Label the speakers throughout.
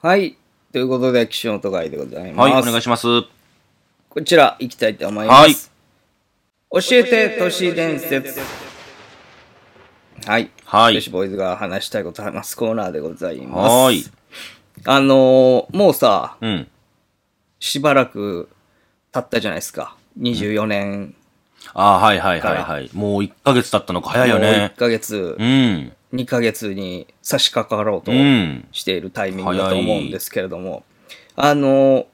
Speaker 1: はい。ということで、岸本トガイでございます。
Speaker 2: はい、お願いします。
Speaker 1: こちら、行きたいと思います。教えて、都市伝説。はい。
Speaker 2: はい
Speaker 1: 女子ボーイズが話したいこと話すコーナーでございます。
Speaker 2: はーい。
Speaker 1: あのーもうさ、
Speaker 2: うん。
Speaker 1: しばらく経ったじゃないですか。24年
Speaker 2: あーはいはいはいはい。もう1ヶ月経ったのか早いよ
Speaker 1: 1
Speaker 2: ね。
Speaker 1: ヶ月、
Speaker 2: うん。
Speaker 1: 2ヶ月に差し掛かろうと
Speaker 2: うん。
Speaker 1: しているタイミングだと思うんですけれども、あのー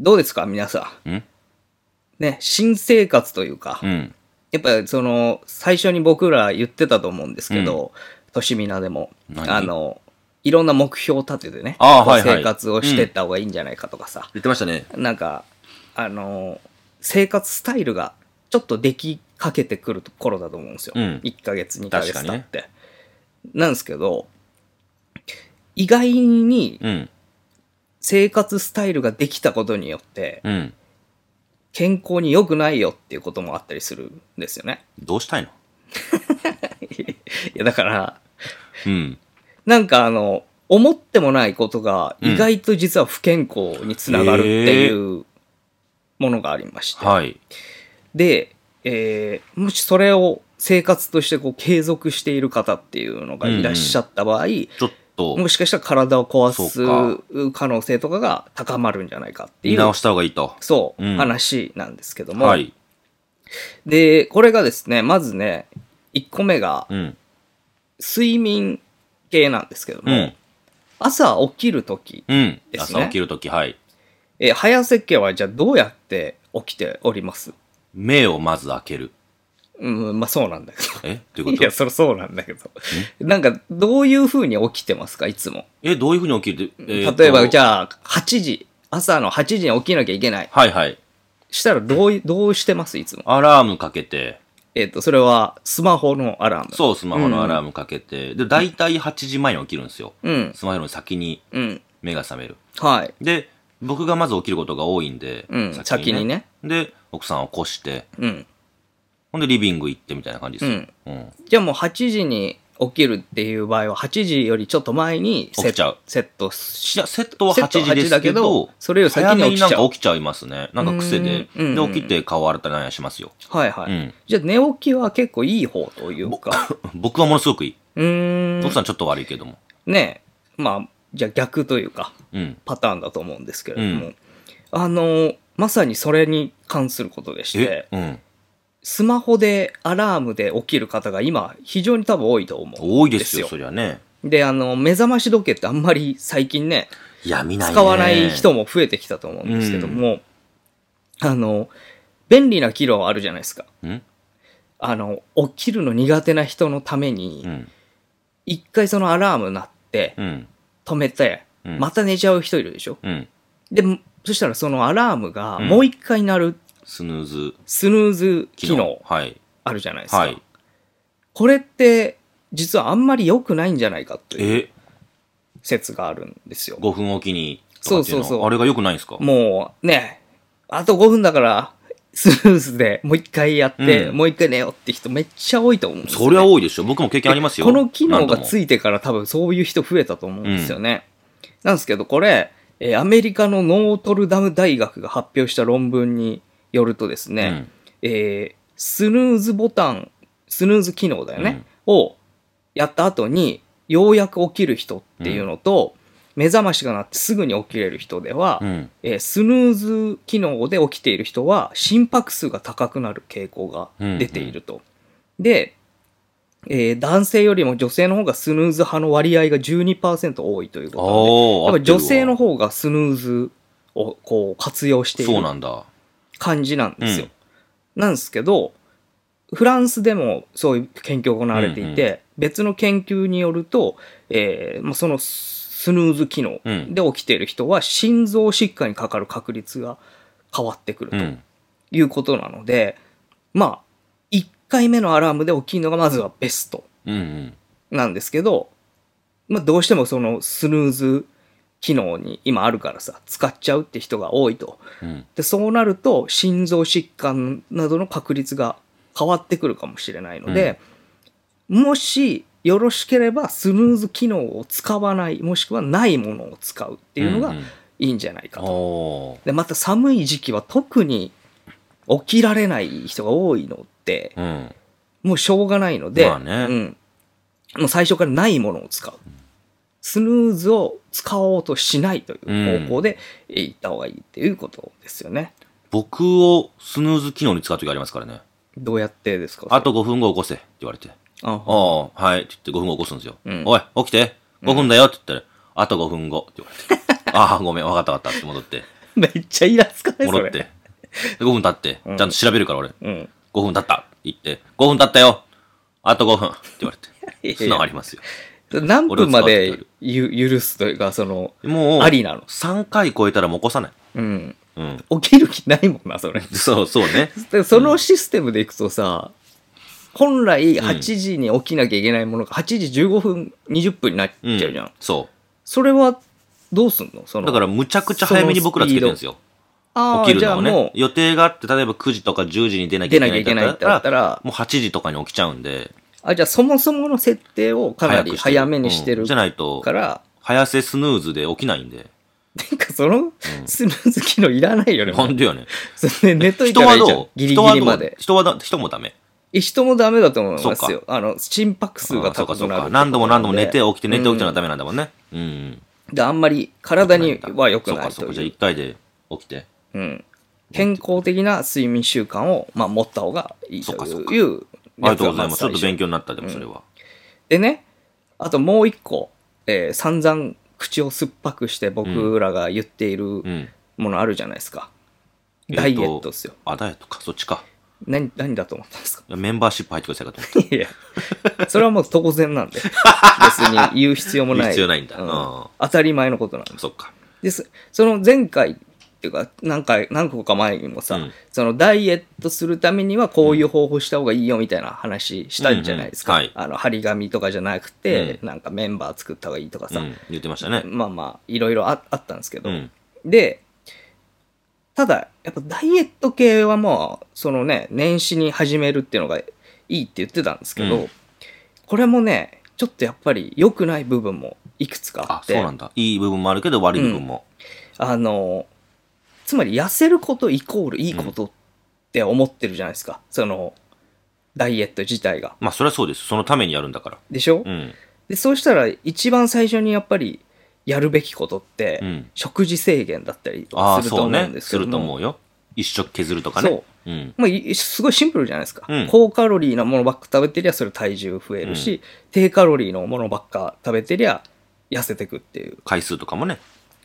Speaker 1: どうですか、皆さん。
Speaker 2: うん。
Speaker 1: ね、新生活というか、
Speaker 2: うん。
Speaker 1: やっぱりその、最初に僕ら言ってたと思うんですけど、としみなでも、
Speaker 2: 何
Speaker 1: あの、いろんな目標を立ててね、
Speaker 2: あー
Speaker 1: こう
Speaker 2: はいはい
Speaker 1: 生活をしてった方がいいんじゃないかとかさ、
Speaker 2: 言ってましたね。
Speaker 1: なんか、あの、生活スタイルがちょっとできかけてくる頃だと思うんですよ。
Speaker 2: うん
Speaker 1: 1ヶ月、2ヶ月経
Speaker 2: 確か
Speaker 1: っ
Speaker 2: にね
Speaker 1: て。なんですけど、意外に
Speaker 2: うん。
Speaker 1: 生活スタイルができたことによって、
Speaker 2: うん。
Speaker 1: 健康に良くないよっていうこともあったりするんですよね。
Speaker 2: どうしたいの
Speaker 1: いや、だから、
Speaker 2: うん。
Speaker 1: なんかあの、思ってもないことが意外と実は不健康につながるっていうものがありまして。
Speaker 2: はい。
Speaker 1: で、えーもしそれを生活としてこう継続している方っていうのがいらっしゃった場合、
Speaker 2: ちょっと、
Speaker 1: もしかしたら体を
Speaker 2: そ
Speaker 1: 壊す可能性とかが高まるんじゃないかってい
Speaker 2: 見
Speaker 1: う、
Speaker 2: 直した方がいいと。
Speaker 1: そう、
Speaker 2: うん
Speaker 1: 話なんですけども、
Speaker 2: はい。
Speaker 1: で、これがですね、まずね、1個目が
Speaker 2: うん。
Speaker 1: 睡眠系なんですけど
Speaker 2: う
Speaker 1: も、
Speaker 2: ん。
Speaker 1: 朝起きるとき、
Speaker 2: うん。
Speaker 1: ですね
Speaker 2: 朝起きるとき、はい。
Speaker 1: えー早設計はじゃあどうやって起きております
Speaker 2: 目をまず開ける。
Speaker 1: うん、まあそうなんだけ
Speaker 2: えどう
Speaker 1: ど。
Speaker 2: いう
Speaker 1: い
Speaker 2: こ
Speaker 1: や、
Speaker 2: と
Speaker 1: それそうなんだけど。なんか、どういう風に起きてますか、いつも。
Speaker 2: え、どういうふうに起きるえ
Speaker 1: 例えば、じゃ
Speaker 2: ゃ
Speaker 1: あ、8時、朝の8時に起きなきゃいけない。
Speaker 2: はいはい。
Speaker 1: したら、どうい、どうしてますいつも。
Speaker 2: アラームかけて、
Speaker 1: えっ、と、それは、スマホのアラーム。
Speaker 2: そう、スマホのアラームかけて、で、だいたい8時前に起きるんですよ。
Speaker 1: う。うん、
Speaker 2: スマホより先に
Speaker 1: うん。
Speaker 2: 目が覚める。
Speaker 1: はい。
Speaker 2: で、僕がまず起きることが多いんで、
Speaker 1: うん先にね
Speaker 2: で、奥さんを起こして、
Speaker 1: うん。
Speaker 2: ほんでリビング行ってみたいな感じですよ。うん。
Speaker 1: じゃあもう8時に起きるっていう場合は、8時よりちょっと前にセ
Speaker 2: 起きちゃう
Speaker 1: セットし
Speaker 2: いや、セットは8
Speaker 1: セット
Speaker 2: 時
Speaker 1: は8
Speaker 2: ですけど
Speaker 1: だけど、それより先に起きちゃう
Speaker 2: 早めなんか起きちゃいますね。なんか癖で。
Speaker 1: うんうん
Speaker 2: で、起きて顔洗ったりなんやしますよ。
Speaker 1: はいはい。
Speaker 2: うん
Speaker 1: じゃあ寝起きは結構いい方というか。
Speaker 2: 僕はものすごくいい。
Speaker 1: うーん。
Speaker 2: 奥さんちょっと悪いけども。
Speaker 1: ねえ、まあ、じゃあ逆というか、
Speaker 2: うん。
Speaker 1: パターンだと思うんですけれども、
Speaker 2: う
Speaker 1: あの、まさにそれに関することでして
Speaker 2: え、うん。
Speaker 1: スマホでアラームで起きる方が今、非常に多分多いと思うん
Speaker 2: 多いですよ、そりゃね。
Speaker 1: で、あの、目覚まし時計ってあんまり最近ね、
Speaker 2: いや、見ない、ね。
Speaker 1: 使わない人も増えてきたと思うんですけども、あの、便利な機能あるじゃないですか。
Speaker 2: うん。
Speaker 1: あの、起きるの苦手な人のため
Speaker 2: う
Speaker 1: に、
Speaker 2: ん。
Speaker 1: 一回そのアラーム鳴って、
Speaker 2: うん。
Speaker 1: 止めて、
Speaker 2: うん
Speaker 1: また寝ちゃう人いるでしょ
Speaker 2: うん。
Speaker 1: で、そしたらそのアラームが
Speaker 2: うん
Speaker 1: もう一回鳴る
Speaker 2: スヌーズ
Speaker 1: スヌーズ
Speaker 2: 機
Speaker 1: 機能
Speaker 2: 能。はい。
Speaker 1: あるじゃないですか。
Speaker 2: はい。
Speaker 1: これって実はあんまり良くないんじゃないかという
Speaker 2: え、
Speaker 1: 説があるんですよ。
Speaker 2: 5分おきにとかってい
Speaker 1: そ
Speaker 2: の。
Speaker 1: うそうそう
Speaker 2: あれが良くないんですか
Speaker 1: もうね、あと5分だから スヌーズでもう一回やって、
Speaker 2: うん
Speaker 1: もう一回寝ようって人めっちゃ多いと思うんですよ、ね。
Speaker 2: そりゃ多いでしょ。僕も経験ありますよ。
Speaker 1: この機能
Speaker 2: 何度
Speaker 1: が
Speaker 2: も
Speaker 1: ついてから多分そういう人増えたと思うんですよね。なんですけど、これ、えーアメリカのノートルダム大学が発表した論文によるとですね、えースヌーズボタン、スヌーズ機能だよね、をやった後に、ようやく起きる人っていうのと、目覚ましが鳴ってすぐに起きれる人では、
Speaker 2: うん。
Speaker 1: えースヌーズ機能で起きている人は心拍数が高くなる傾向が出ていると。で、えー男性よりも女性の方がスヌーズ派の割合が12%多いというこ
Speaker 2: お
Speaker 1: とで、や
Speaker 2: ー
Speaker 1: っぱ女性の方がスヌーズをこう活用してい
Speaker 2: そう
Speaker 1: る
Speaker 2: なんだ。
Speaker 1: 感じなんですよ。なんですけど、フランスでもそういう研究が行われていて、
Speaker 2: う
Speaker 1: 別の研究によると、えーまあ、そのスヌーズ機能
Speaker 2: うん
Speaker 1: で起きている人は心臓疾患にかかる確率が変わってくる
Speaker 2: う
Speaker 1: と
Speaker 2: ん。
Speaker 1: いうことなので、まあ、1回目のアラームで起きるのがまずはベスト
Speaker 2: うんうん。
Speaker 1: なんですけど、まあ、どうしてもそのスヌーズ機能に今あるからさ、使っちゃうって人が多いと。
Speaker 2: うん。
Speaker 1: でそうなると心臓疾患などの確率が変わってくるかもしれないので、もしよろしければスヌーズ機能を使わないもしくはないものを使うっていうのが
Speaker 2: んん
Speaker 1: いいんじゃないかと、
Speaker 2: おー
Speaker 1: でまた寒い時期は特に起きられない人が多いので
Speaker 2: うん
Speaker 1: もうしょうがないので、
Speaker 2: まあね
Speaker 1: うん、もう最初からないものを使うスヌーズを使おうとしないという方向でえ行った方がいいっていうことですよね、
Speaker 2: 僕をスヌーズ機能に使う時ありますからね。
Speaker 1: どうやってですか
Speaker 2: あと5分後起こせって言われて。
Speaker 1: あ
Speaker 2: ああ、はい。って言って5分後起こすんですよ。
Speaker 1: うん
Speaker 2: おい、起きて !5 分だよって言ったら、あと5分後って言われ て。ああ、ごめん、わかったわかったって戻って。
Speaker 1: めっちゃイラつかない そ
Speaker 2: 戻
Speaker 1: れ
Speaker 2: って。5分経って、ちゃ
Speaker 1: うん
Speaker 2: んと調べるから俺。
Speaker 1: うん、
Speaker 2: 5分経ったって言って、5分経ったよあと5分って言わ
Speaker 1: いやい
Speaker 2: れ
Speaker 1: や
Speaker 2: て。素直ありますよ。
Speaker 1: 何分までゆ許すというかその
Speaker 2: もう、
Speaker 1: ありなの
Speaker 2: 3回超えたらもう起こさない。
Speaker 1: うん
Speaker 2: うん。
Speaker 1: 起きる気ないもんなそれ
Speaker 2: そう、そうね。
Speaker 1: でそのシステムでいくとさ、本来8時に起きなきゃいけないものが8時15分20分になっち
Speaker 2: う。
Speaker 1: ゃうんじゃん、
Speaker 2: そ
Speaker 1: それはどうすんのその
Speaker 2: う。だから、むちゃくちゃ早めに僕らつけてるんですよ。
Speaker 1: あー
Speaker 2: 起きるのを
Speaker 1: じゃあも
Speaker 2: ね。
Speaker 1: う
Speaker 2: 予定があって、例えば9時とか10時に出なきゃ
Speaker 1: 出な
Speaker 2: いけ
Speaker 1: き
Speaker 2: な
Speaker 1: ゃ
Speaker 2: い
Speaker 1: いけないってなったら
Speaker 2: もう8時とかに起きちゃうんで、
Speaker 1: あじゃあそもそもの設定をかなり
Speaker 2: くしてる
Speaker 1: 早めにして
Speaker 2: う
Speaker 1: る
Speaker 2: んじゃないと
Speaker 1: か、ら、
Speaker 2: 早せスヌーズで起きないんで。
Speaker 1: なんかそのスヌーズ機能いらないよね、も
Speaker 2: ほ
Speaker 1: うん
Speaker 2: とよね。
Speaker 1: それね寝とい
Speaker 2: 人
Speaker 1: たら
Speaker 2: はい
Speaker 1: いじゃ
Speaker 2: ど
Speaker 1: ん
Speaker 2: う
Speaker 1: ギリギリまで
Speaker 2: 人はどう人はだ人もダメ。
Speaker 1: え人もダメだと思います
Speaker 2: そ
Speaker 1: よあの心拍数が
Speaker 2: あそう
Speaker 1: 高
Speaker 2: かそ
Speaker 1: く
Speaker 2: う
Speaker 1: な
Speaker 2: か。
Speaker 1: る
Speaker 2: 何度も何度も寝て起きて寝て起きての
Speaker 1: の
Speaker 2: はダメなんだもんね。うん。
Speaker 1: であんまり体には良くない
Speaker 2: そうかそう
Speaker 1: と
Speaker 2: か。じゃあ
Speaker 1: いう
Speaker 2: 1回で起きて。
Speaker 1: うん、健康的な睡眠習慣を、まあ、持った方がいいと
Speaker 2: そっかそっか
Speaker 1: いう
Speaker 2: あり
Speaker 1: や
Speaker 2: が
Speaker 1: つ
Speaker 2: とう
Speaker 1: が
Speaker 2: ございます。ちょっと
Speaker 1: 最
Speaker 2: 勉
Speaker 1: 初
Speaker 2: 強になった、でもそれは。
Speaker 1: でねあともう一個、えー散々口を酸っぱくして僕らが言っている
Speaker 2: うん。
Speaker 1: ものあるじゃないですか、
Speaker 2: うん
Speaker 1: ダイエットですよ、
Speaker 2: あ、ダイエットか。そっちか。
Speaker 1: 何何だと思ったんですか
Speaker 2: いやメンバーシップ入ってくださいかと 思っ
Speaker 1: いやそれはもう当然なんで別に言う必要もない
Speaker 2: 言う必要ないんだ
Speaker 1: う
Speaker 2: うん
Speaker 1: 当たり前のことなんで
Speaker 2: た。そっか。
Speaker 1: ですその前回っていうか何回何個か前にもさ、
Speaker 2: うん
Speaker 1: そのダイエットするためにはこういう方法した方がいいよみたいな話したんじゃないですか、
Speaker 2: うんうんはい
Speaker 1: あの張り紙とかじゃなくて、なんかメンバー作った方がいいとか
Speaker 2: う
Speaker 1: さ、
Speaker 2: ん。言ってましたね。
Speaker 1: まあまあいろいろああったんですけど、
Speaker 2: うん。
Speaker 1: でただやっぱダイエット系はまあそのね年始に始めるっていうのがいいって言ってたんですけど、
Speaker 2: うん
Speaker 1: これもねちょっとやっぱり良くない部分もいくつかあ
Speaker 2: あ
Speaker 1: っ、
Speaker 2: そう
Speaker 1: て
Speaker 2: なんだ。いい部分もあるけど悪い部分も。
Speaker 1: あの、つまり痩せることイコールいいことって思ってるじゃないですか。その、ダイエット自体が。
Speaker 2: まあ、それはそうです。そのためにやるんだから。
Speaker 1: でしょ、
Speaker 2: うん。
Speaker 1: で、そうしたら一番最初にやっぱりやるべきことって、
Speaker 2: うん。
Speaker 1: 食事制限だったりとか
Speaker 2: ああ、
Speaker 1: すると
Speaker 2: そう
Speaker 1: 思う
Speaker 2: ね
Speaker 1: ん。です
Speaker 2: す
Speaker 1: けど
Speaker 2: ると
Speaker 1: も
Speaker 2: 思うよ。一食削るとかね。。
Speaker 1: そう
Speaker 2: うん。
Speaker 1: まあ、いすごいシンプルじゃないですか、
Speaker 2: うん
Speaker 1: 高カロリーなものばっか食べてりゃそれ体重増えるし、低カロリーのものばっか食べてりゃ痩せてくっていう
Speaker 2: 回数とかもね。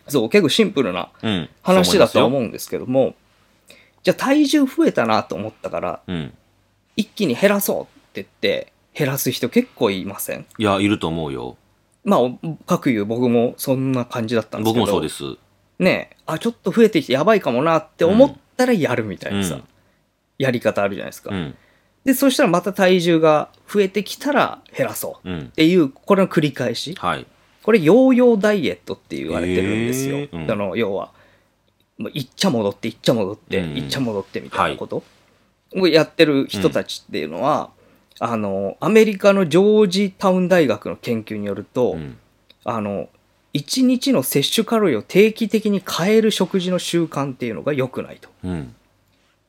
Speaker 1: そう結構シンプルな
Speaker 2: うん。
Speaker 1: 話だとは思
Speaker 2: う。
Speaker 1: うんですけどもじゃあ体重増えたなと思ったから
Speaker 2: うん。
Speaker 1: 一気に減らそうって言って減らす人結構いません
Speaker 2: いや、いると思うよ。
Speaker 1: まあお各言う僕もそんな感じだったんです
Speaker 2: 僕
Speaker 1: けど
Speaker 2: もそうです。
Speaker 1: ねえあちょっと増えてきてやばいかもなって思ったらやるみたいなさ、
Speaker 2: うん
Speaker 1: やり方あるじゃないですか、
Speaker 2: うん。
Speaker 1: でそしたらまた体重が増えてきたら減らそうっ
Speaker 2: うん。
Speaker 1: ていうこれの繰り返し
Speaker 2: はい。
Speaker 1: これヨーヨーダイエットって言われてるんですよ、
Speaker 2: へえうん
Speaker 1: その要はもういっちゃ戻っていっちゃ戻って
Speaker 2: うん
Speaker 1: いっちゃ戻ってみたいなことをやってる人たちっていうのは、あのアメリカのジョージタウン大学の研究によると、
Speaker 2: うん。
Speaker 1: あの1日の摂取カロリーを定期的に変える食事の習慣っていうのが良くないと、
Speaker 2: うん。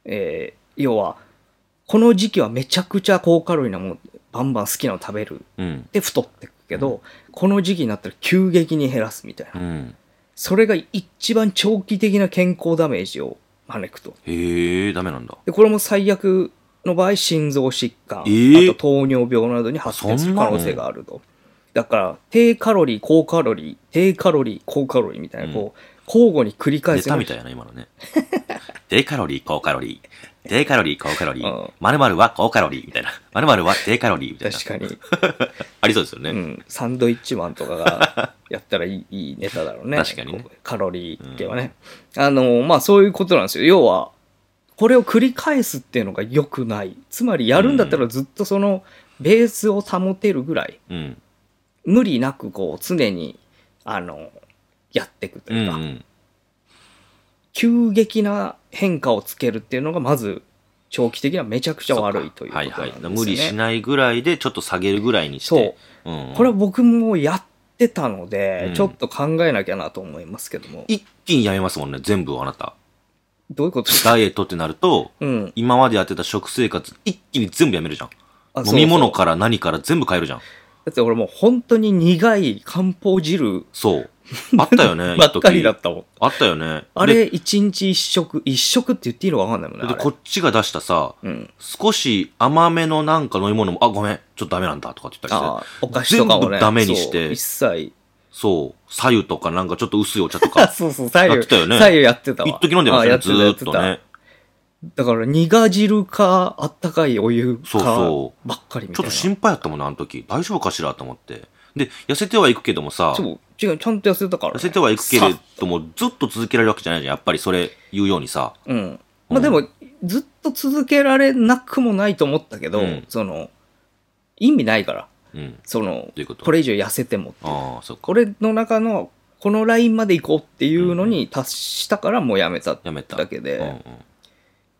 Speaker 1: えー要はこの時期はめちゃくちゃ高カロリーなものバンバン好きなの食べる
Speaker 2: うん。
Speaker 1: で太ってくけど、この時期になったら急激に減らすみたいな
Speaker 2: うん。
Speaker 1: それが一番長期的な健康ダメージを招くと。
Speaker 2: へえ、ダメなんだ。
Speaker 1: で、これも最悪の場合、心臓疾患、
Speaker 2: えー
Speaker 1: あと糖尿病などに発展する可能性があると。だから、低カロリー、高カロリー、低カロリー、高カロリーみたいな、こう、交互に繰り返
Speaker 2: 出
Speaker 1: す
Speaker 2: た
Speaker 1: よう
Speaker 2: み
Speaker 1: な
Speaker 2: たいやな、今のね。 低カロリー、高カロリー。低カロリー、高カロリ
Speaker 1: うん
Speaker 2: ー。まるは高カロリーみたいな。まるは低カロリーみたいな。
Speaker 1: 確かに、
Speaker 2: ありそうですよ
Speaker 1: う
Speaker 2: ね。
Speaker 1: ん、サンドイッチマンとかがやったらいいいいネタだろうね。
Speaker 2: 確かにね
Speaker 1: こうカロリー系はね。あの、まあそういうことなんですよ。要は、これを繰り返すっていうのが良くない。つまりやるんだったらずっとそのベースを保てるぐらい、
Speaker 2: うん。
Speaker 1: 無理なくこう常に、あの、やっていくと
Speaker 2: う
Speaker 1: い
Speaker 2: ん
Speaker 1: う
Speaker 2: う
Speaker 1: か、
Speaker 2: ん。
Speaker 1: 急激な変化をつけるっていうのがまず長期的にはめちゃくちゃ悪いということなんですよね。
Speaker 2: はいはい。無理しないぐらいで、ちょっと下げるぐらいにして。う。ん、
Speaker 1: これは僕もやってたので、
Speaker 2: うん
Speaker 1: ちょっと考えなきゃなと思いますけども。
Speaker 2: 一気にやめますもんね、全部あなた。
Speaker 1: どういうことですか
Speaker 2: ダイエットってなると、
Speaker 1: うん。
Speaker 2: 今までやってた食生活、一気に全部やめるじゃん。
Speaker 1: あ
Speaker 2: 飲み物
Speaker 1: そう
Speaker 2: から何から全部変えるじゃん。
Speaker 1: そうだって俺もう本当に苦い漢方汁
Speaker 2: そう。あったよね、
Speaker 1: ばっかりだ
Speaker 2: 一時
Speaker 1: ったもん。
Speaker 2: あったよね。
Speaker 1: あ
Speaker 2: で
Speaker 1: れ、一日一食、一食って言っていいのかわかんないもんね。
Speaker 2: で
Speaker 1: あれ
Speaker 2: こっちが出したさ、
Speaker 1: うん。
Speaker 2: 少し甘めのなんか飲み物も、あ、ごめん、ちょっとダメなんだとかって言ったりし
Speaker 1: あ
Speaker 2: て。
Speaker 1: あ、お菓子とかも
Speaker 2: 全
Speaker 1: ね。
Speaker 2: 部ダメにして
Speaker 1: そう一切。
Speaker 2: そう。左右とかなんかちょっと薄いお茶と
Speaker 1: あ
Speaker 2: か。
Speaker 1: そうそう、左
Speaker 2: やって
Speaker 1: 右。
Speaker 2: たよね
Speaker 1: 左右やってたわ。
Speaker 2: 一時飲んでま
Speaker 1: あ
Speaker 2: した
Speaker 1: や
Speaker 2: よ、
Speaker 1: って
Speaker 2: ず
Speaker 1: た
Speaker 2: ー
Speaker 1: や
Speaker 2: ってと
Speaker 1: た
Speaker 2: ね。
Speaker 1: だから、苦汁か、あったかいお湯か、
Speaker 2: そうそ
Speaker 1: ばっかりみ
Speaker 2: ちょ
Speaker 1: たいな。
Speaker 2: っと心配やったもんな、あの時。大丈夫かしらと思って。で、痩せてはいくけどもさ、
Speaker 1: そう、違う、ちゃんと痩せたから、ね。
Speaker 2: 痩せてはいくけれ
Speaker 1: さ
Speaker 2: ども、ずっと続けられるわけじゃないじゃん。やっぱりそれ言うようにさ。
Speaker 1: うん。まあでも、ずっと続けられなくもないと思ったけど、
Speaker 2: うん
Speaker 1: その、意味ないから、
Speaker 2: うん。
Speaker 1: その
Speaker 2: どういうこと
Speaker 1: これ以上痩せてもっていう
Speaker 2: ああ、そっか。
Speaker 1: これの中の、このラインまで行こうっていうのに達したからもうやめた
Speaker 2: やめた。
Speaker 1: だけで、
Speaker 2: うんうん。だか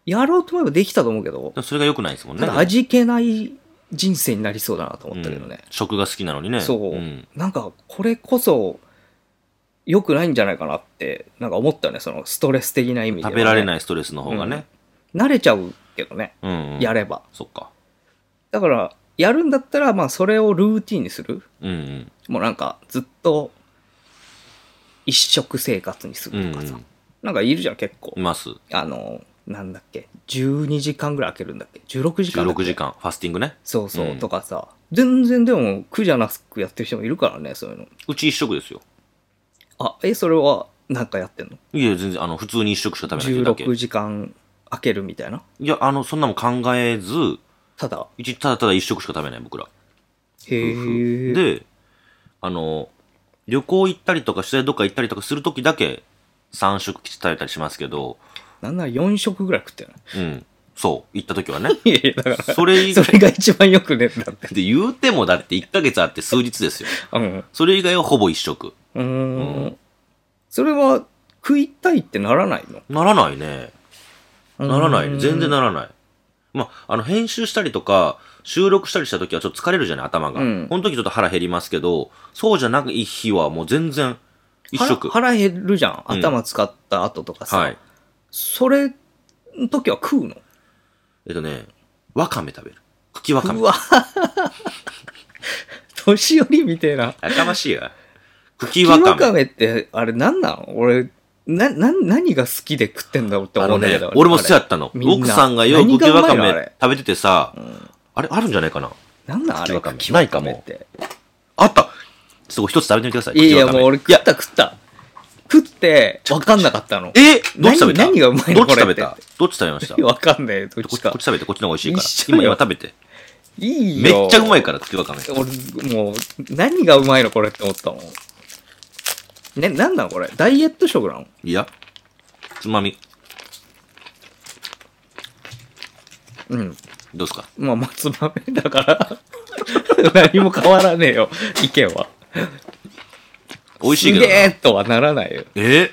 Speaker 1: やろうと思えばできたと思うけど、
Speaker 2: らそれが良くないですもんね。
Speaker 1: ただ味気ない人生になりそうだなと思ったけどね
Speaker 2: うん。食が好きなのにね。
Speaker 1: そう、
Speaker 2: ん
Speaker 1: なんかこれこそ良くないんじゃないかなってなんか思ったよねそのストレス的な意味ではね、
Speaker 2: 食べられないストレスの方がね。
Speaker 1: 慣れちゃうけどね
Speaker 2: うん。うん
Speaker 1: や。れば
Speaker 2: そっか。
Speaker 1: だからやるんだったらまあそれをルーティンにする
Speaker 2: うんうん。
Speaker 1: もうなんかずっと一食生活にす
Speaker 2: うん
Speaker 1: るとかさ、
Speaker 2: うん
Speaker 1: なんかいるじゃん結構
Speaker 2: います。
Speaker 1: あのなんだっけ12時間ぐらい開けるんだっけ16時間だっけ
Speaker 2: 16時間。ファスティングね。
Speaker 1: そうそう、
Speaker 2: うん
Speaker 1: とかさ全然でも苦じゃなくやってる人もいるからねそういうの
Speaker 2: うち一食ですよ。
Speaker 1: あえそれはなんかやってんの
Speaker 2: いや、全然、あの、普通に一食しか食べない人だけ。
Speaker 1: 16時間開けるみたいない
Speaker 2: や、あの、そんなもん考えず、
Speaker 1: ただ
Speaker 2: 一ただただ一食しか食べない、僕ら。
Speaker 1: へえ
Speaker 2: で、あの、旅行行ったりとか、取材どっか行ったりとかするときだけ、3食食べたりしますけど、
Speaker 1: なんなら4食ぐらい食ってない
Speaker 2: うん。そう、行ったとき はね。
Speaker 1: いやいやだから
Speaker 2: それ 以
Speaker 1: そ
Speaker 2: 外
Speaker 1: れが一番よくねえんだって
Speaker 2: で言うてもだって1ヶ月あって数日ですよ。
Speaker 1: うんう
Speaker 2: それ以外はほぼ一食。
Speaker 1: ーん
Speaker 2: うん
Speaker 1: それは食いたいってならないの
Speaker 2: ならないね。ならな
Speaker 1: うー
Speaker 2: い。
Speaker 1: ん
Speaker 2: 全然ならない。まあ、あの、編集したりとか、収録したりした時はちょっと疲れるじゃない、頭が。
Speaker 1: うん
Speaker 2: この時ちょっと腹減りますけど、そうじゃない日はもう全然、一食。
Speaker 1: 腹腹減るじゃん
Speaker 2: うん
Speaker 1: 頭使った後とかさ、
Speaker 2: はい。
Speaker 1: それの時は食うの
Speaker 2: えっとね、わかめ食べる。茎わかめ
Speaker 1: う。わ 年寄りみたいな
Speaker 2: やかまし いわ。茎
Speaker 1: 茎
Speaker 2: わ
Speaker 1: わか
Speaker 2: かめ。
Speaker 1: めってあれなんなの俺なな何が好きで食ってんだろうって
Speaker 2: あ
Speaker 1: 思うん
Speaker 2: の
Speaker 1: だけ
Speaker 2: ね
Speaker 1: ど、
Speaker 2: 俺もそうや
Speaker 1: っ
Speaker 2: ったの。
Speaker 1: みんな
Speaker 2: 奥さんがよ、
Speaker 1: 何
Speaker 2: 茎
Speaker 1: が
Speaker 2: わか
Speaker 1: うまいのあ
Speaker 2: め
Speaker 1: れ
Speaker 2: 食べててさ、あれあるんじゃないかな。
Speaker 1: なんなんあ
Speaker 2: 茎
Speaker 1: れ
Speaker 2: わかめ
Speaker 1: 茎わ
Speaker 2: ないかも
Speaker 1: って
Speaker 2: あったすごい、一つ食べてみてください。
Speaker 1: いやいや
Speaker 2: 茎わか
Speaker 1: も
Speaker 2: め
Speaker 1: う俺食った食った食って分かんなかったの
Speaker 2: えどっち食べた
Speaker 1: 何何がうまいの
Speaker 2: どっち食べ
Speaker 1: これ
Speaker 2: たどっち食べましたこ
Speaker 1: 分かんないどっ
Speaker 2: っち
Speaker 1: ち
Speaker 2: こ
Speaker 1: か
Speaker 2: っち食べて、こっちの方が美味しいから
Speaker 1: 一。緒よ
Speaker 2: 今、今食べて。
Speaker 1: いい
Speaker 2: め
Speaker 1: よ
Speaker 2: っちゃうまいから、茎わかめ。
Speaker 1: 俺もう何がうまいのこれって思ったもんねなんなんこれダイエット食なの
Speaker 2: いや、つまみ、
Speaker 1: うん
Speaker 2: どうですか
Speaker 1: まあ松豆だから 何も変わらねえよ意見は
Speaker 2: 美味しい
Speaker 1: す
Speaker 2: けど
Speaker 1: げ
Speaker 2: な。
Speaker 1: えとはならないよ
Speaker 2: えー
Speaker 1: い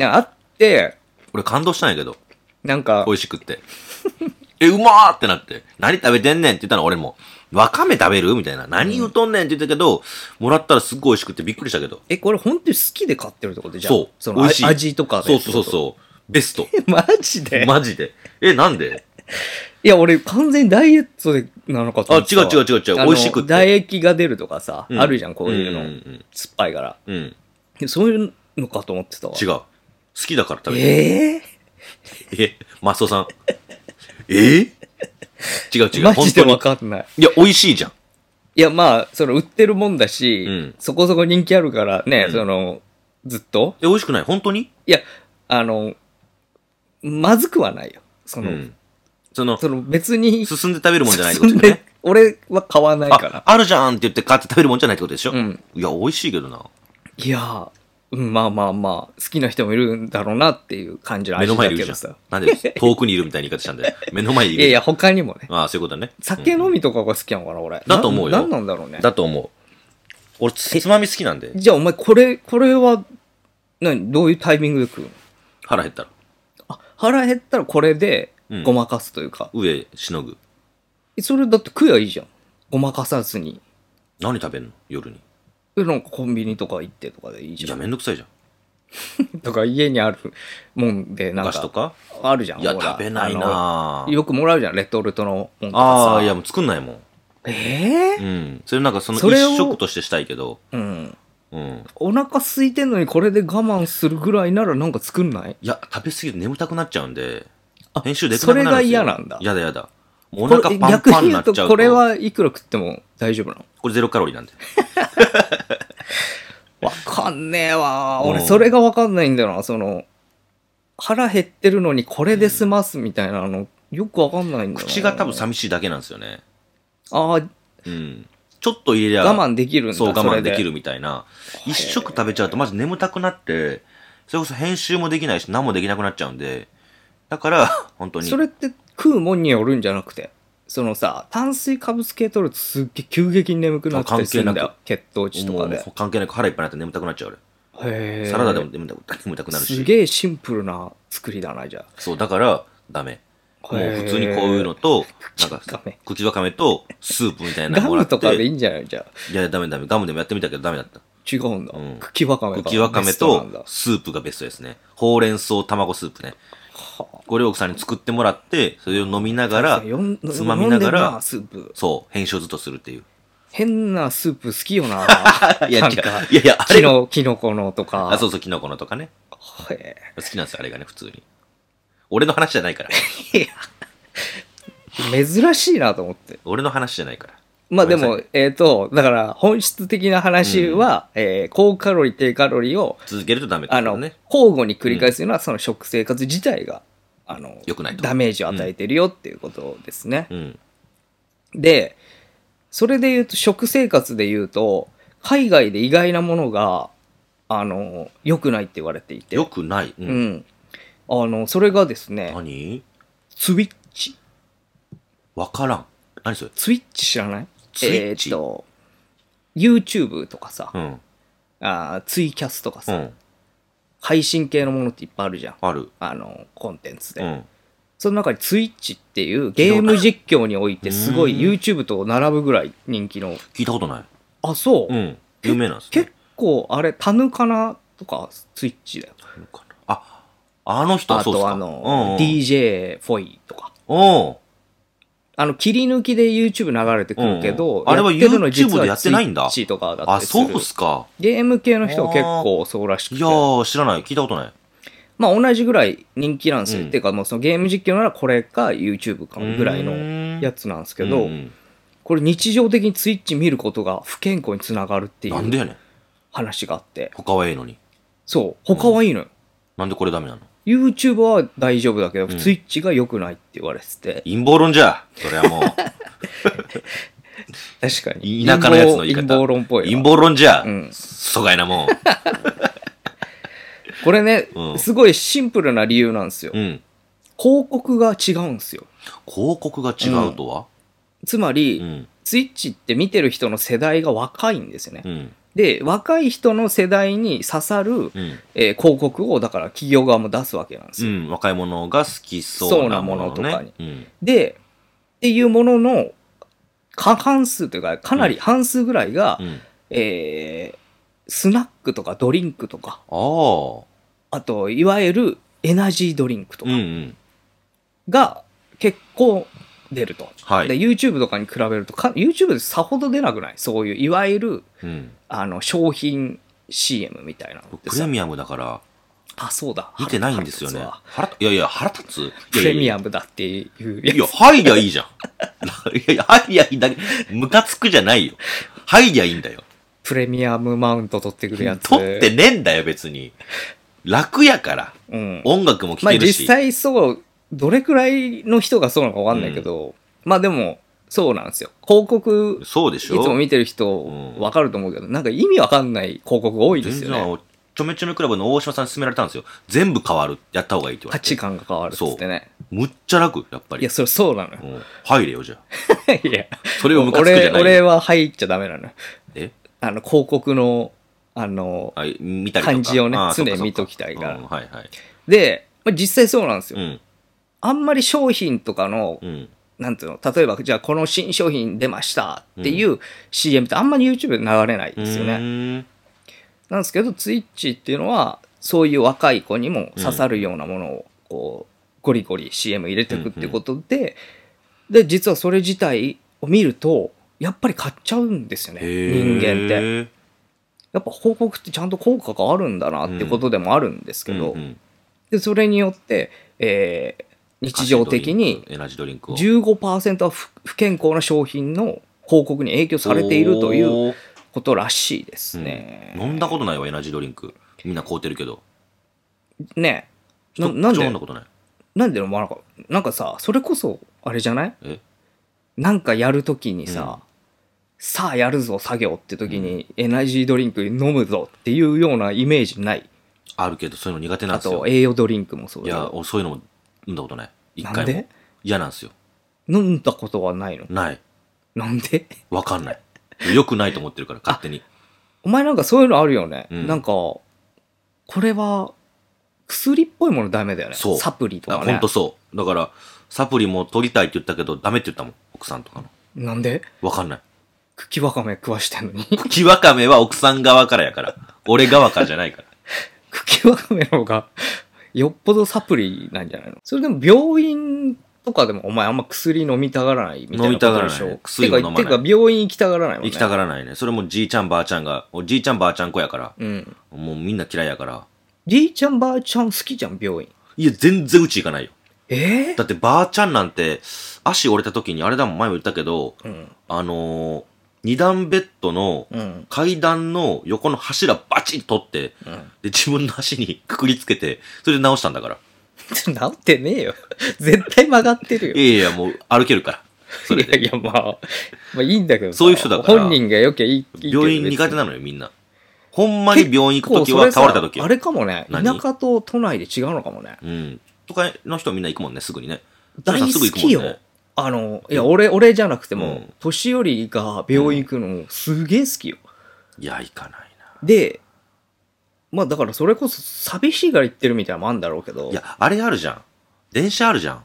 Speaker 1: やあって
Speaker 2: 俺感動したんやけど、
Speaker 1: なんか
Speaker 2: 美味しくって。 え、うまーってなって。何食べてんねんって言ったの、俺も。わかめ食べるみたいな。何言うとんねんって言ったけど、もらったらすっごい美味しくってびっくりしたけど。
Speaker 1: えこれ本当に好きで買ってるってことじゃん
Speaker 2: そう。
Speaker 1: そ
Speaker 2: 美
Speaker 1: の
Speaker 2: 味しい
Speaker 1: あ味とか
Speaker 2: そうそうそう
Speaker 1: う
Speaker 2: そう。ベスト。
Speaker 1: マジで、
Speaker 2: マジで。え、なんで
Speaker 1: いや俺完全にダイエットでなのかと思ってた
Speaker 2: あ違う違う違う違う
Speaker 1: あの
Speaker 2: 美味しくって
Speaker 1: 唾液が出るとかさ、
Speaker 2: うん
Speaker 1: あるじゃんこういうの、
Speaker 2: うんうん
Speaker 1: 酸っぱいから
Speaker 2: うん。うん。
Speaker 1: でそういうのかと思ってたわ
Speaker 2: 違う。好きだから食べてる。
Speaker 1: ええ
Speaker 2: えマスオさん。え違う違う。
Speaker 1: マジでわ
Speaker 2: 本当
Speaker 1: かんない
Speaker 2: にいや、美味しいじゃん。
Speaker 1: いやまあその売ってるもんだし、
Speaker 2: うん
Speaker 1: そこそこ人気あるからね、
Speaker 2: うん
Speaker 1: そのずっと
Speaker 2: え、美味しくない本当に
Speaker 1: いやあのまずくはないよそうの、
Speaker 2: ん。その、
Speaker 1: その別に
Speaker 2: 進んで食べるもんじゃないってこ
Speaker 1: 進
Speaker 2: と
Speaker 1: ん
Speaker 2: だよ
Speaker 1: で
Speaker 2: ね。
Speaker 1: 俺は買わないか
Speaker 2: あ
Speaker 1: ら、
Speaker 2: あるじゃんって言って買って食べるもんじゃないってことでしょ
Speaker 1: うん、
Speaker 2: いや、美味しいけどな。
Speaker 1: いやーうんまあまあまあ好きな人もいるんだろうなっていう感じの
Speaker 2: 目の
Speaker 1: 味
Speaker 2: 前
Speaker 1: だ
Speaker 2: にい
Speaker 1: け
Speaker 2: るじ
Speaker 1: ど
Speaker 2: ゃ
Speaker 1: さ
Speaker 2: ん。なんで 遠くにいるみたいな言い方したんだよ。目の前にい
Speaker 1: い
Speaker 2: る。
Speaker 1: やいや他にもね
Speaker 2: ああ、そういうことね。
Speaker 1: 酒飲みとかが好きなのかな俺
Speaker 2: だと思うよ
Speaker 1: ななんなんだろうね
Speaker 2: だと思う。俺、つつまみ好きなんで。
Speaker 1: じゃあお前これこれは何どういうタイミングで食うの
Speaker 2: 腹減ったら。
Speaker 1: あ腹減ったらこれで
Speaker 2: うん
Speaker 1: ごまかすというか、
Speaker 2: 上しのぐ。
Speaker 1: えそれだって食えばいいじゃんごまかさずに
Speaker 2: 何食べんの夜に。
Speaker 1: えなんかコンビニとか行ってとかでいい
Speaker 2: い
Speaker 1: じ
Speaker 2: や、
Speaker 1: ゃん
Speaker 2: めんどくさいじゃん。
Speaker 1: とか家にあるもんでな
Speaker 2: お
Speaker 1: ん
Speaker 2: 菓子と
Speaker 1: か
Speaker 2: か
Speaker 1: あるじゃん
Speaker 2: いや、
Speaker 1: ほら
Speaker 2: 食べない
Speaker 1: あ
Speaker 2: な
Speaker 1: のよくもらうじゃんレトルトのもんとかさ
Speaker 2: ああー、いや、もう作んないもん。
Speaker 1: ええ
Speaker 2: うん。それなんかその
Speaker 1: それを
Speaker 2: 一食としてしたいけど、
Speaker 1: うん
Speaker 2: うん。
Speaker 1: お腹空いてんのにこれで我慢するぐらいならなんか作んない
Speaker 2: いや、食べ過ぎて眠たくなっちゃうんで、
Speaker 1: あ
Speaker 2: 編集できなくなるんですよ
Speaker 1: それが嫌なんだ
Speaker 2: やだやだ。もうお腹パン
Speaker 1: これ
Speaker 2: パンになっちゃ
Speaker 1: 逆に言
Speaker 2: うと。
Speaker 1: うとこれはいくら食っても大丈夫なの
Speaker 2: これゼロカロリーなんで。
Speaker 1: わかんねえわ
Speaker 2: うん
Speaker 1: 俺それがわかんないんだよなその腹減ってるのにこれで済ますみたいなのよくわかんないんだよな
Speaker 2: 口が多分寂しいだけなんですよね。
Speaker 1: あー
Speaker 2: うん。ちょっと入れりゃ、
Speaker 1: 我慢できるんだ
Speaker 2: そう我
Speaker 1: それ
Speaker 2: 慢できるみたいな。一食食べちゃうとマジ眠たくなって、それこそ編集もできないし何もできなくなっちゃうんで、だから、 本当に。
Speaker 1: それって食うもんによるんじゃなくてそのさ炭水化物系取るとすっげえ急激に眠くなったりするんだ
Speaker 2: あ
Speaker 1: よ血糖値とか
Speaker 2: も
Speaker 1: で
Speaker 2: う関係なく腹いっぱいになって眠たくなっちゃう俺。
Speaker 1: へえ
Speaker 2: サラダでも眠たく眠たくなるし。
Speaker 1: すげえシンプルな作りだなじゃ
Speaker 2: そう、だから、ダメ。
Speaker 1: あ
Speaker 2: もう普通にこういうのと、なんか
Speaker 1: ガメ、
Speaker 2: 茎わかめとスープみたいな
Speaker 1: ガ
Speaker 2: のもらっ
Speaker 1: ム
Speaker 2: て。
Speaker 1: とかでいい
Speaker 2: い
Speaker 1: んじゃないじゃあ
Speaker 2: やいや、ダメダメ。ガムでもやってみたけどダメだった。
Speaker 1: 違うんだ、
Speaker 2: うん
Speaker 1: 茎わかめが
Speaker 2: 茎わかめ
Speaker 1: ベストな
Speaker 2: と
Speaker 1: んだ
Speaker 2: スープがベストですね。ほうれん草卵スープね。これを奥さんに作ってもらって、それを飲みながら、
Speaker 1: よん
Speaker 2: つまみなが
Speaker 1: 飲んでん
Speaker 2: ら、
Speaker 1: スープ
Speaker 2: そう、編集をずっとするっていう。
Speaker 1: 変なスープ好きよな
Speaker 2: いや、
Speaker 1: なん
Speaker 2: 違う
Speaker 1: か。
Speaker 2: いやいや、あ
Speaker 1: キ
Speaker 2: れが、
Speaker 1: ノキノコのとか
Speaker 2: あ、そうそう、キノコのとかね。
Speaker 1: へ
Speaker 2: 好きなんですよ、あれがね、普通に。俺の話じゃないから。
Speaker 1: え珍しいなと思って
Speaker 2: 俺の話じゃないから。
Speaker 1: まあで
Speaker 2: ごめん
Speaker 1: もえっ、とだから本質的な話は、えー高カロリー低カロリーを
Speaker 2: 続けるとダメだ
Speaker 1: あ
Speaker 2: から
Speaker 1: の、
Speaker 2: ね。
Speaker 1: 交互に繰り返すのは、その食生活自体があの
Speaker 2: 良くないと
Speaker 1: ダメージを与えてるよっていうことですね、
Speaker 2: うん。
Speaker 1: でそれで言うと食生活で言うと海外で意外なものがあの良くないって言われていて
Speaker 2: よくない。う。
Speaker 1: うんん、あのそれがですね
Speaker 2: 何
Speaker 1: ツイッチ
Speaker 2: わからん。何それ
Speaker 1: ツイッチ知らない
Speaker 2: ツイッチ
Speaker 1: えーっと YouTube とかさ、
Speaker 2: うん。
Speaker 1: あーツイキャスとか
Speaker 2: う
Speaker 1: さ、
Speaker 2: ん。
Speaker 1: 配信系のものっていっぱいあるじゃん
Speaker 2: ある。
Speaker 1: あのコンテンツで、
Speaker 2: うん。
Speaker 1: その中にツイッチっていうゲーム実況においてすごい
Speaker 2: うん
Speaker 1: YouTube と並ぶぐらい人気の
Speaker 2: 聞いたことない。
Speaker 1: あそう、
Speaker 2: うん。有名なんですね
Speaker 1: 結構あれタヌカナとかツイッチだよ
Speaker 2: あ、あの人、
Speaker 1: あ
Speaker 2: そうっす
Speaker 1: と
Speaker 2: か
Speaker 1: あ
Speaker 2: うんう
Speaker 1: の
Speaker 2: ん
Speaker 1: DJ フォイとか
Speaker 2: おう
Speaker 1: あの切り抜きで YouTube 流れてくるけど、
Speaker 2: うんあれは
Speaker 1: やってるの実
Speaker 2: YouTube でやってないんだ
Speaker 1: ツイッチとかだった
Speaker 2: あ、
Speaker 1: りする
Speaker 2: そうっすか。
Speaker 1: ゲーム系の人は結構そうらしく
Speaker 2: い
Speaker 1: て
Speaker 2: やー、知らない。聞いたことない。
Speaker 1: まあ同じぐらい人気なんですよ、
Speaker 2: うん
Speaker 1: ていうかもうそのゲーム実況ならこれか YouTube かぐらいの
Speaker 2: の
Speaker 1: や
Speaker 2: つ
Speaker 1: つなんですけど、これ日常的にツイッチ見ることが不健康につながるってい
Speaker 2: なんで
Speaker 1: う
Speaker 2: やねん。
Speaker 1: 話があって
Speaker 2: 他はええのに。
Speaker 1: そう他はいいのよ、
Speaker 2: なんでこれダメなの
Speaker 1: YouTube は大丈夫だけど、
Speaker 2: うん
Speaker 1: ツイッチが良くないって言われてて
Speaker 2: 陰謀論じゃ。それ はもう。
Speaker 1: 確かに
Speaker 2: 田舎のやつの言い方
Speaker 1: 陰謀論っぽい
Speaker 2: 陰
Speaker 1: な
Speaker 2: 謀論じゃ
Speaker 1: うん。
Speaker 2: 疎外なもん。
Speaker 1: これね、
Speaker 2: うん
Speaker 1: すごいシンプルな理由なんですよ、
Speaker 2: うん。
Speaker 1: 広告が違うんですよ
Speaker 2: 広告が違うとは
Speaker 1: つまり、
Speaker 2: うん。
Speaker 1: ツイッチって見てる人の世代が若いんですよね、
Speaker 2: うん。
Speaker 1: で若い人の世代に刺さる、
Speaker 2: うん。
Speaker 1: えー広告をだから企業側も出すわけなんです
Speaker 2: う
Speaker 1: よ、
Speaker 2: ん。若い者が好きそうなもの
Speaker 1: そうなもの
Speaker 2: ね
Speaker 1: と。
Speaker 2: うん。
Speaker 1: でっていうものの過半数というかかなり半数ぐらいが、
Speaker 2: うん。
Speaker 1: えースナックとかドリンクとか
Speaker 2: ああ。
Speaker 1: あといわゆるエナジードリンクと
Speaker 2: うんう
Speaker 1: か
Speaker 2: ん。
Speaker 1: が結構出ると、
Speaker 2: はい
Speaker 1: で YouTube とかに比べるとか YouTube でさほど出なくないそういういわゆる
Speaker 2: うん。
Speaker 1: あの商品 CM みたいなのって
Speaker 2: プレ
Speaker 1: さ
Speaker 2: ミアムだから、
Speaker 1: あそうだ
Speaker 2: 見てないんですよね
Speaker 1: 腹立つわ。
Speaker 2: 腹立いやいや、腹立つ
Speaker 1: プレミ
Speaker 2: ム
Speaker 1: アムだっていう
Speaker 2: い
Speaker 1: や
Speaker 2: や、入りゃいいじゃん。 いやいや、入りゃいいんだけど、ムカつくじゃないよ。入りゃいいんだよ。
Speaker 1: プレミアムマウント取ってくるやつ
Speaker 2: 取ってねえんだよ、別に。楽やから。
Speaker 1: うん
Speaker 2: 音楽も聴
Speaker 1: まあ
Speaker 2: けるし。
Speaker 1: 実際そうどれくらいの人がそうなのかわかんないけど、まあでもそうなんですよ広告
Speaker 2: そうで
Speaker 1: い
Speaker 2: し
Speaker 1: つ
Speaker 2: ょ
Speaker 1: も見てる人
Speaker 2: うん
Speaker 1: わかると思うけど、なんか意味わかんない広告が多いで
Speaker 2: 全
Speaker 1: す
Speaker 2: 然
Speaker 1: よ、ね
Speaker 2: あのちょめちょめクラブの大島さんに勧められたんですよ。全部変わる。やった方がいいって言わ
Speaker 1: 価
Speaker 2: れて。
Speaker 1: 値観が変わるっつってね
Speaker 2: むっちゃ楽、やっぱ
Speaker 1: い
Speaker 2: り
Speaker 1: や。それそうなのよ、
Speaker 2: うん入れよ、じゃあ。
Speaker 1: いや
Speaker 2: それをムカつくじゃ
Speaker 1: 俺
Speaker 2: ないよ。
Speaker 1: 俺は入っちゃダメなのよ
Speaker 2: え
Speaker 1: あの広告のあの
Speaker 2: あ見たりとか。
Speaker 1: 感じをね
Speaker 2: あー
Speaker 1: 常に
Speaker 2: そっかそっか
Speaker 1: 見ときたいから
Speaker 2: うんはいはい。
Speaker 1: で、まあ、実際そうなんですよ、
Speaker 2: うん。
Speaker 1: あんまり商品とかの、
Speaker 2: うん。
Speaker 1: なんていうの、例えば、じゃあこの新商品出ましたっていう CM ってあんまり YouTube で流れないですよね。
Speaker 2: ね。
Speaker 1: なんですけど、Twitch っていうのは、そういう若い子にも刺さるようなものを、こう、ゴリゴリ CM 入れていくっていうことで、で、実はそれ自体を見ると、やっぱり買っちゃうんですよね、人間って。
Speaker 2: て。
Speaker 1: やっぱ報告ってちゃんと効果があるんだなってことでもあるんですけど、
Speaker 2: うんうん
Speaker 1: でそれによって、えー日常的に
Speaker 2: エナジードリンクを
Speaker 1: 15%は不不健康な商品の広告に影響されているという
Speaker 2: おー
Speaker 1: ことらしいですね。
Speaker 2: うん飲んだことないわエナジードリンクみんな買うてるけど
Speaker 1: ねえな
Speaker 2: 一口
Speaker 1: なん
Speaker 2: も
Speaker 1: で
Speaker 2: 飲んだことない
Speaker 1: なんで飲まなかったなんかさそれこそあれじゃない
Speaker 2: え
Speaker 1: なんかやるときに
Speaker 2: う
Speaker 1: さ、さあやるぞ作業って時にエナジードリンク飲むぞっていうようなイメージない
Speaker 2: あるけどそういうの苦手なん
Speaker 1: あ
Speaker 2: ですよ
Speaker 1: と栄養ドリンクもそう
Speaker 2: い
Speaker 1: だけ
Speaker 2: や
Speaker 1: ど
Speaker 2: 俺そういうのも飲んだことない一
Speaker 1: なん
Speaker 2: 回も
Speaker 1: で
Speaker 2: 嫌なんですよ
Speaker 1: 飲んだことはないの
Speaker 2: ない
Speaker 1: なんで
Speaker 2: わかんないよくないと思ってるから勝手に
Speaker 1: お前なんかそういうのあるよね、
Speaker 2: うん
Speaker 1: なんかこれは薬っぽいものダメだよね
Speaker 2: そう
Speaker 1: サプリと
Speaker 2: あ
Speaker 1: か
Speaker 2: ほん
Speaker 1: ね
Speaker 2: とそうだからサプリも取りたいって言ったけどダメって言ったもん奥さんとかの
Speaker 1: なんで
Speaker 2: わかんない
Speaker 1: 茎わかめ食わしてんのに
Speaker 2: 茎わかめは奥さん側からやから俺側からじゃな いから
Speaker 1: 茎わかめの方が よっぽどサプリなんじゃないのそれでも病院とかでもお前あんま薬飲みたがらないみたいなことでしょ
Speaker 2: 飲みたがらない薬も飲まない
Speaker 1: てかてか病院行きたがらないもんね
Speaker 2: 行きたがらないねそれもじいちゃんばあちゃんがおじいちゃんばあちゃん子やから
Speaker 1: うん
Speaker 2: もうみんな嫌いやから
Speaker 1: じいちゃんばあちゃん好きじゃん病院
Speaker 2: いや全然うち行かないよ
Speaker 1: ええ
Speaker 2: だってばあちゃんなんて足折れた時にあれだもん前も言ったけど
Speaker 1: うん
Speaker 2: あのー二段ベッドの
Speaker 1: うん
Speaker 2: 階段の横の柱バチッと取って
Speaker 1: うん
Speaker 2: で自分の足に くくりつけてそれで直したんだから
Speaker 1: 治ってねえよ絶対曲がってるよ
Speaker 2: いやいやもう歩けるからそれ
Speaker 1: いや
Speaker 2: で
Speaker 1: いや、まあ、まあいいんだけどさ
Speaker 2: そういう人だから
Speaker 1: 本人がよきゃいいいいけど
Speaker 2: 病院苦手なのよみんなほんまに病院行く
Speaker 1: 結
Speaker 2: 時
Speaker 1: 構そ
Speaker 2: は
Speaker 1: さ
Speaker 2: 倒れた時
Speaker 1: あれかもね、田
Speaker 2: 何
Speaker 1: 舎と都内で違うのかもね。
Speaker 2: うん都会の人みんな行くもんねすぐにね
Speaker 1: 大好き
Speaker 2: それさすぐ行くもん
Speaker 1: よ
Speaker 2: ね。
Speaker 1: あの、いや、俺、俺じゃなくても、
Speaker 2: うん
Speaker 1: 年寄りが病院行くのすげえ好きよ。
Speaker 2: いや行かないな
Speaker 1: で、まあだからそれこそ寂しいから行ってるみたいなのもあんだろうけど、
Speaker 2: いや、あれあるじゃん。電車あるじゃん。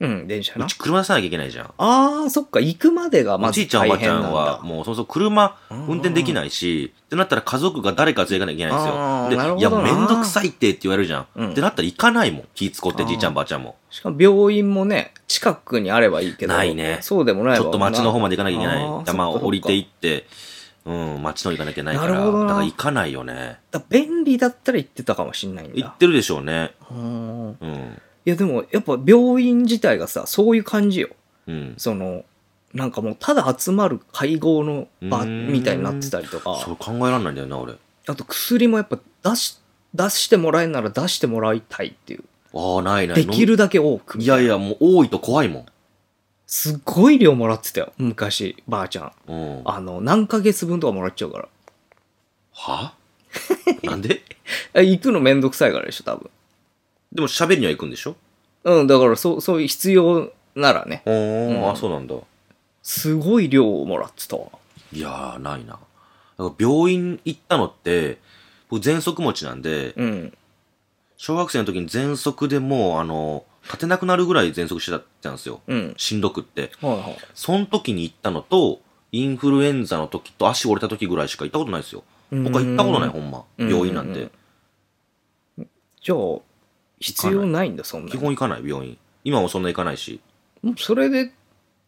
Speaker 1: うん、電車
Speaker 2: う
Speaker 1: な
Speaker 2: ち。車出さなきゃいけないじゃん。
Speaker 1: あー、そっか、行くまでが
Speaker 2: お
Speaker 1: ま
Speaker 2: じ
Speaker 1: ず
Speaker 2: いちゃん、お
Speaker 1: 大
Speaker 2: ばあち
Speaker 1: 変
Speaker 2: ゃ
Speaker 1: なん
Speaker 2: ん
Speaker 1: だ。
Speaker 2: は、もうそもそも車
Speaker 1: うん
Speaker 2: 運転できないし、ってなったら家族が誰か連れて行かなきゃい
Speaker 1: あー
Speaker 2: け
Speaker 1: な
Speaker 2: な
Speaker 1: る
Speaker 2: いんで
Speaker 1: ほ
Speaker 2: すよ。
Speaker 1: ど
Speaker 2: で、い
Speaker 1: な
Speaker 2: や、めんどくさいってって言われるじゃん。
Speaker 1: うん
Speaker 2: ってなったら行かないもん。気使って、じいちゃん、ばあちゃんも。
Speaker 1: しかも病院もね、近くにあればいいけど、
Speaker 2: ないね
Speaker 1: そうでもない
Speaker 2: ち
Speaker 1: わ
Speaker 2: ょっと街の方まで行かなきゃいけない。
Speaker 1: あー
Speaker 2: いやまあ、
Speaker 1: そっかそっか
Speaker 2: 降りて行って、うん、街の方行かなきゃいけないか
Speaker 1: な
Speaker 2: ら。
Speaker 1: るほ
Speaker 2: だ
Speaker 1: どな
Speaker 2: から行かないよね。
Speaker 1: だ便利だったら行ってたかもしんないん
Speaker 2: 行
Speaker 1: だ
Speaker 2: っ。てるでしょうね。
Speaker 1: うん
Speaker 2: うん。
Speaker 1: いやでもやっぱ病院自体がさそういう感じよ。
Speaker 2: うん。
Speaker 1: そのなんかもうただ集まる会合の場
Speaker 2: うーん
Speaker 1: みたいになってたりと
Speaker 2: それ
Speaker 1: か
Speaker 2: 考えられないんだよな、俺。
Speaker 1: あと薬もやっぱ出し出してもらえるなら出してもらいたいっていう
Speaker 2: ああ、ないな
Speaker 1: で
Speaker 2: い。
Speaker 1: きるだけ多く
Speaker 2: 飲みいやいや、もう多いと怖いもん。
Speaker 1: すっごい量もらってたよ昔ばあちゃん
Speaker 2: うん。
Speaker 1: あの何ヶ月分とかもらっちゃうから
Speaker 2: はなんで
Speaker 1: え行くのめんどくさいからでしょ多分
Speaker 2: でも喋りには行くんでしょ
Speaker 1: うんだからそうそういう必要ならね
Speaker 2: あ、
Speaker 1: ん
Speaker 2: あそうなんだ
Speaker 1: すごい量をもらってたわ
Speaker 2: いやーないなだから病院行ったのって僕喘息持ちなんで
Speaker 1: うん
Speaker 2: 小学生の時に喘息でもうあの立てなくなるぐらい喘息してたんですよ
Speaker 1: うん
Speaker 2: しんどくって
Speaker 1: はいはい
Speaker 2: その時に行ったのとインフルエンザの時と足折れた時ぐらいしか行ったことないですよ他行ったことないほんま
Speaker 1: うん
Speaker 2: 病院なん
Speaker 1: うんう
Speaker 2: て
Speaker 1: んじゃあ、必要ないんだ、そんな
Speaker 2: 基
Speaker 1: に。
Speaker 2: 本行かない病院今もそんな行かないし
Speaker 1: もうそれで、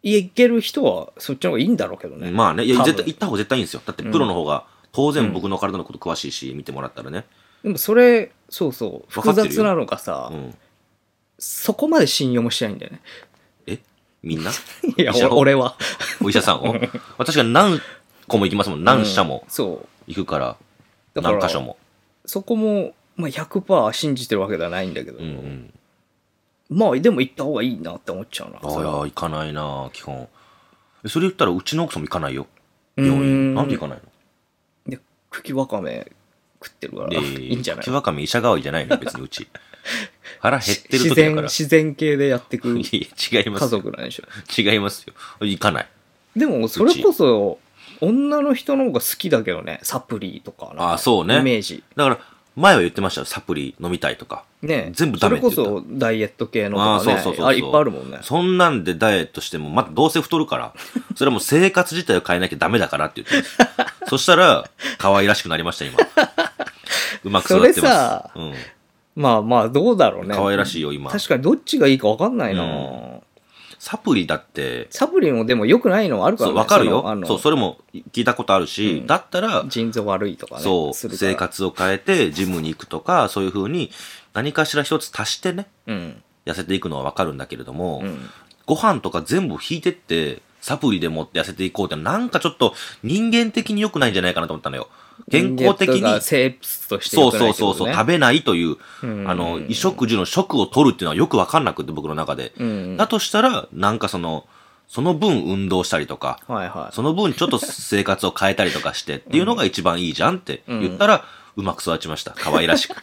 Speaker 1: 行ける人は、そっちの方がいいんだろうけどね。
Speaker 2: まあねいや
Speaker 1: 多分
Speaker 2: 絶対行った方が絶対いいんですよだってプロの方が当然僕の体のこと詳しいし見てもらったらね
Speaker 1: でもそれ、そうそう、
Speaker 2: わ
Speaker 1: 複
Speaker 2: かってるよ
Speaker 1: 雑なのがさ、
Speaker 2: うん
Speaker 1: そこまで信用もしないんだよ ね。
Speaker 2: みんない
Speaker 1: や、
Speaker 2: 医者を
Speaker 1: お俺は。
Speaker 2: お医者さんを 私が何個も行きますもん何社も
Speaker 1: うんそう。
Speaker 2: 行くから、
Speaker 1: だか
Speaker 2: 何
Speaker 1: ら、
Speaker 2: 箇所も、
Speaker 1: そこも、まあ、100%信じてるわけではないんだけど、
Speaker 2: うんうん、
Speaker 1: まあ、でも行った方がいいなって思っちゃうな。
Speaker 2: ああ
Speaker 1: それは
Speaker 2: 行かないな基本それ言ったらうちの奥さんも行かないよ
Speaker 1: うー
Speaker 2: 病院なんで行か
Speaker 1: ん
Speaker 2: ない
Speaker 1: で茎わかめ食ってるから、
Speaker 2: の
Speaker 1: いいんじゃない
Speaker 2: きわかめ医者代わりじゃないの別に うち腹減ってる
Speaker 1: 自
Speaker 2: 時だか
Speaker 1: 然、
Speaker 2: ら
Speaker 1: 自然系でやってく
Speaker 2: いやいや違い
Speaker 1: 家
Speaker 2: ますよ
Speaker 1: 族なんでしょ。
Speaker 2: 違いますよ行かない
Speaker 1: でも、それこそ、女の人の方が好きだけどね、サプリとかなんか
Speaker 2: あそうね
Speaker 1: イメージ。
Speaker 2: だから前は言ってましたよ、サプリ飲みたいとか。
Speaker 1: ね
Speaker 2: 全部ダメって言った
Speaker 1: それこそダイエット系の
Speaker 2: ああ
Speaker 1: とかね
Speaker 2: そうそうそうそう
Speaker 1: あれいっぱいあるもんね
Speaker 2: そんなんでダイエットしても、またどうせ太る から、それはもう生活自体を変えなきゃダメだからって言ってます。そしたら、可愛らしくなりました、今。うまく育って
Speaker 1: それさ
Speaker 2: ます。うん。
Speaker 1: まあまあどうだろうね
Speaker 2: 可愛らしいよ、今。
Speaker 1: 確かにどっちがいいか分かんないな、
Speaker 2: うんサプリだって、
Speaker 1: サプリもでも良くないのはあるから
Speaker 2: そう、
Speaker 1: ね
Speaker 2: わかるよ
Speaker 1: そのあ。の
Speaker 2: そう、それも聞いたことあるし、
Speaker 1: うん
Speaker 2: だったら、
Speaker 1: 腎臓悪いとかね
Speaker 2: そう、
Speaker 1: する
Speaker 2: 生
Speaker 1: から
Speaker 2: 活を変えて、ジムに行くとか、そういうふうに、何かしら一つ足してね、
Speaker 1: うん
Speaker 2: 痩せていくのはわかるんだけれども、
Speaker 1: うん
Speaker 2: ご飯とか全部引いてって、サプリでもって痩せていこうって、なんかちょっと人間的に良くないんじゃないかなと思ったのよ。健康的
Speaker 1: 人間とか
Speaker 2: に、
Speaker 1: 生物として
Speaker 2: そ
Speaker 1: 良
Speaker 2: う
Speaker 1: くな
Speaker 2: そ
Speaker 1: いうって
Speaker 2: そ
Speaker 1: こ
Speaker 2: う
Speaker 1: と
Speaker 2: そう、
Speaker 1: ね
Speaker 2: 食べないという、
Speaker 1: うん
Speaker 2: あの、衣食住の食を取るっていうのはよくわかんなくて、僕の中で。
Speaker 1: うん
Speaker 2: だとしたら、なんかその、その分運動したりとか、
Speaker 1: はいはい
Speaker 2: その分ちょっと生活を変えたりとかしてっていうのが一番いいじゃんって言ったら、うまく育ちました。可愛 らしく。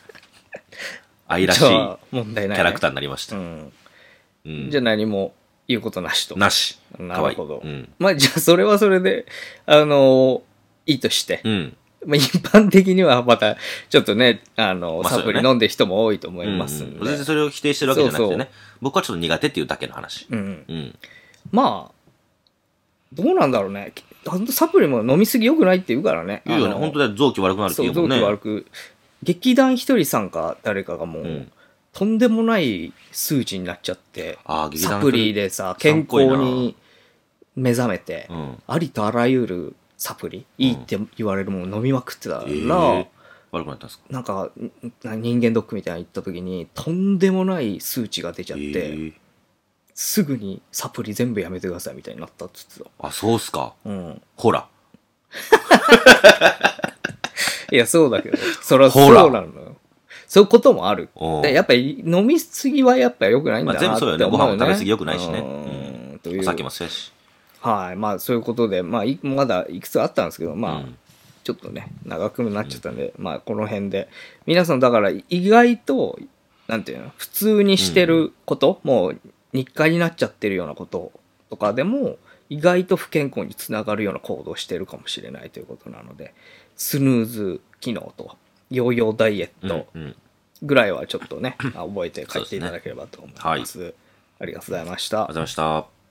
Speaker 2: 愛らしい
Speaker 1: じ
Speaker 2: キ
Speaker 1: ゃあ
Speaker 2: ャ
Speaker 1: 問題ないね、
Speaker 2: ラクターになりました。
Speaker 1: うん
Speaker 2: うん
Speaker 1: じゃあ何も言うことなしと
Speaker 2: なし。
Speaker 1: な
Speaker 2: 可愛
Speaker 1: る
Speaker 2: い。
Speaker 1: ほど
Speaker 2: うん。
Speaker 1: まあじゃあそれはそれであのいいとして、
Speaker 2: うん。
Speaker 1: まあ、一般的にはまたちょっとねあの、
Speaker 2: まあ
Speaker 1: サ
Speaker 2: そうよね
Speaker 1: プリ飲んでる人も多いと思いますん
Speaker 2: うん
Speaker 1: で、
Speaker 2: うん全然それを否定してるわけじゃなくて
Speaker 1: そ
Speaker 2: ね
Speaker 1: うそう
Speaker 2: 僕はちょっと苦手っていうだけの話
Speaker 1: うん、
Speaker 2: うん
Speaker 1: まあどうなんだろうねほんとサプリも飲みすぎよくないって言うからね
Speaker 2: 言うよね本当だよ臓器悪くなるって
Speaker 1: そ
Speaker 2: 言
Speaker 1: う
Speaker 2: うも
Speaker 1: 臓
Speaker 2: ん
Speaker 1: 器
Speaker 2: ね
Speaker 1: 悪く劇団ひとりさんか誰かがもう、
Speaker 2: うん
Speaker 1: とんでもない数値になっちゃって
Speaker 2: ああ劇団
Speaker 1: サプリ
Speaker 2: で
Speaker 1: でさ
Speaker 2: さん
Speaker 1: 健
Speaker 2: っぽいな
Speaker 1: 康に目覚めて、
Speaker 2: うん
Speaker 1: ありとあらゆるサプリいいって言われるもの飲みまくってたから、
Speaker 2: えー悪くなったんですか
Speaker 1: なんかんな人間ドックみたいなの行った時にとんでもない数値が出ちゃって、
Speaker 2: えー
Speaker 1: すぐにサプリ全部やめてくださいみたいになったっつってた
Speaker 2: あそうっすか
Speaker 1: うん
Speaker 2: ほら
Speaker 1: いやそうだ けどそれは
Speaker 2: ほ
Speaker 1: そ
Speaker 2: ら
Speaker 1: うなのよそういうこともある
Speaker 2: おう
Speaker 1: でやっぱり飲みすぎはやっぱ良くないんだなって
Speaker 2: まあ全部そう
Speaker 1: 思う
Speaker 2: よ
Speaker 1: ね
Speaker 2: ねご飯も食べ過ぎ良くないしね
Speaker 1: うんとい
Speaker 2: お
Speaker 1: う
Speaker 2: 酒もそうやし
Speaker 1: はいまあそういうことでまあいまだいくつあったんですけどまあ、
Speaker 2: うん
Speaker 1: ちょっとね長くなっちゃったんで、まあこの辺で皆さんだから意外となんていうの普通にしてること、もう日課になっちゃってるようなこととかでも意外と不健康につながるような行動をしてるかもしれないということなのでスヌーズ機能とヨーヨーダイエット
Speaker 2: うんうん
Speaker 1: ぐらいはちょっとね、あ覚えて帰っていただければと思います。ありがとうございました
Speaker 2: ありがとうございました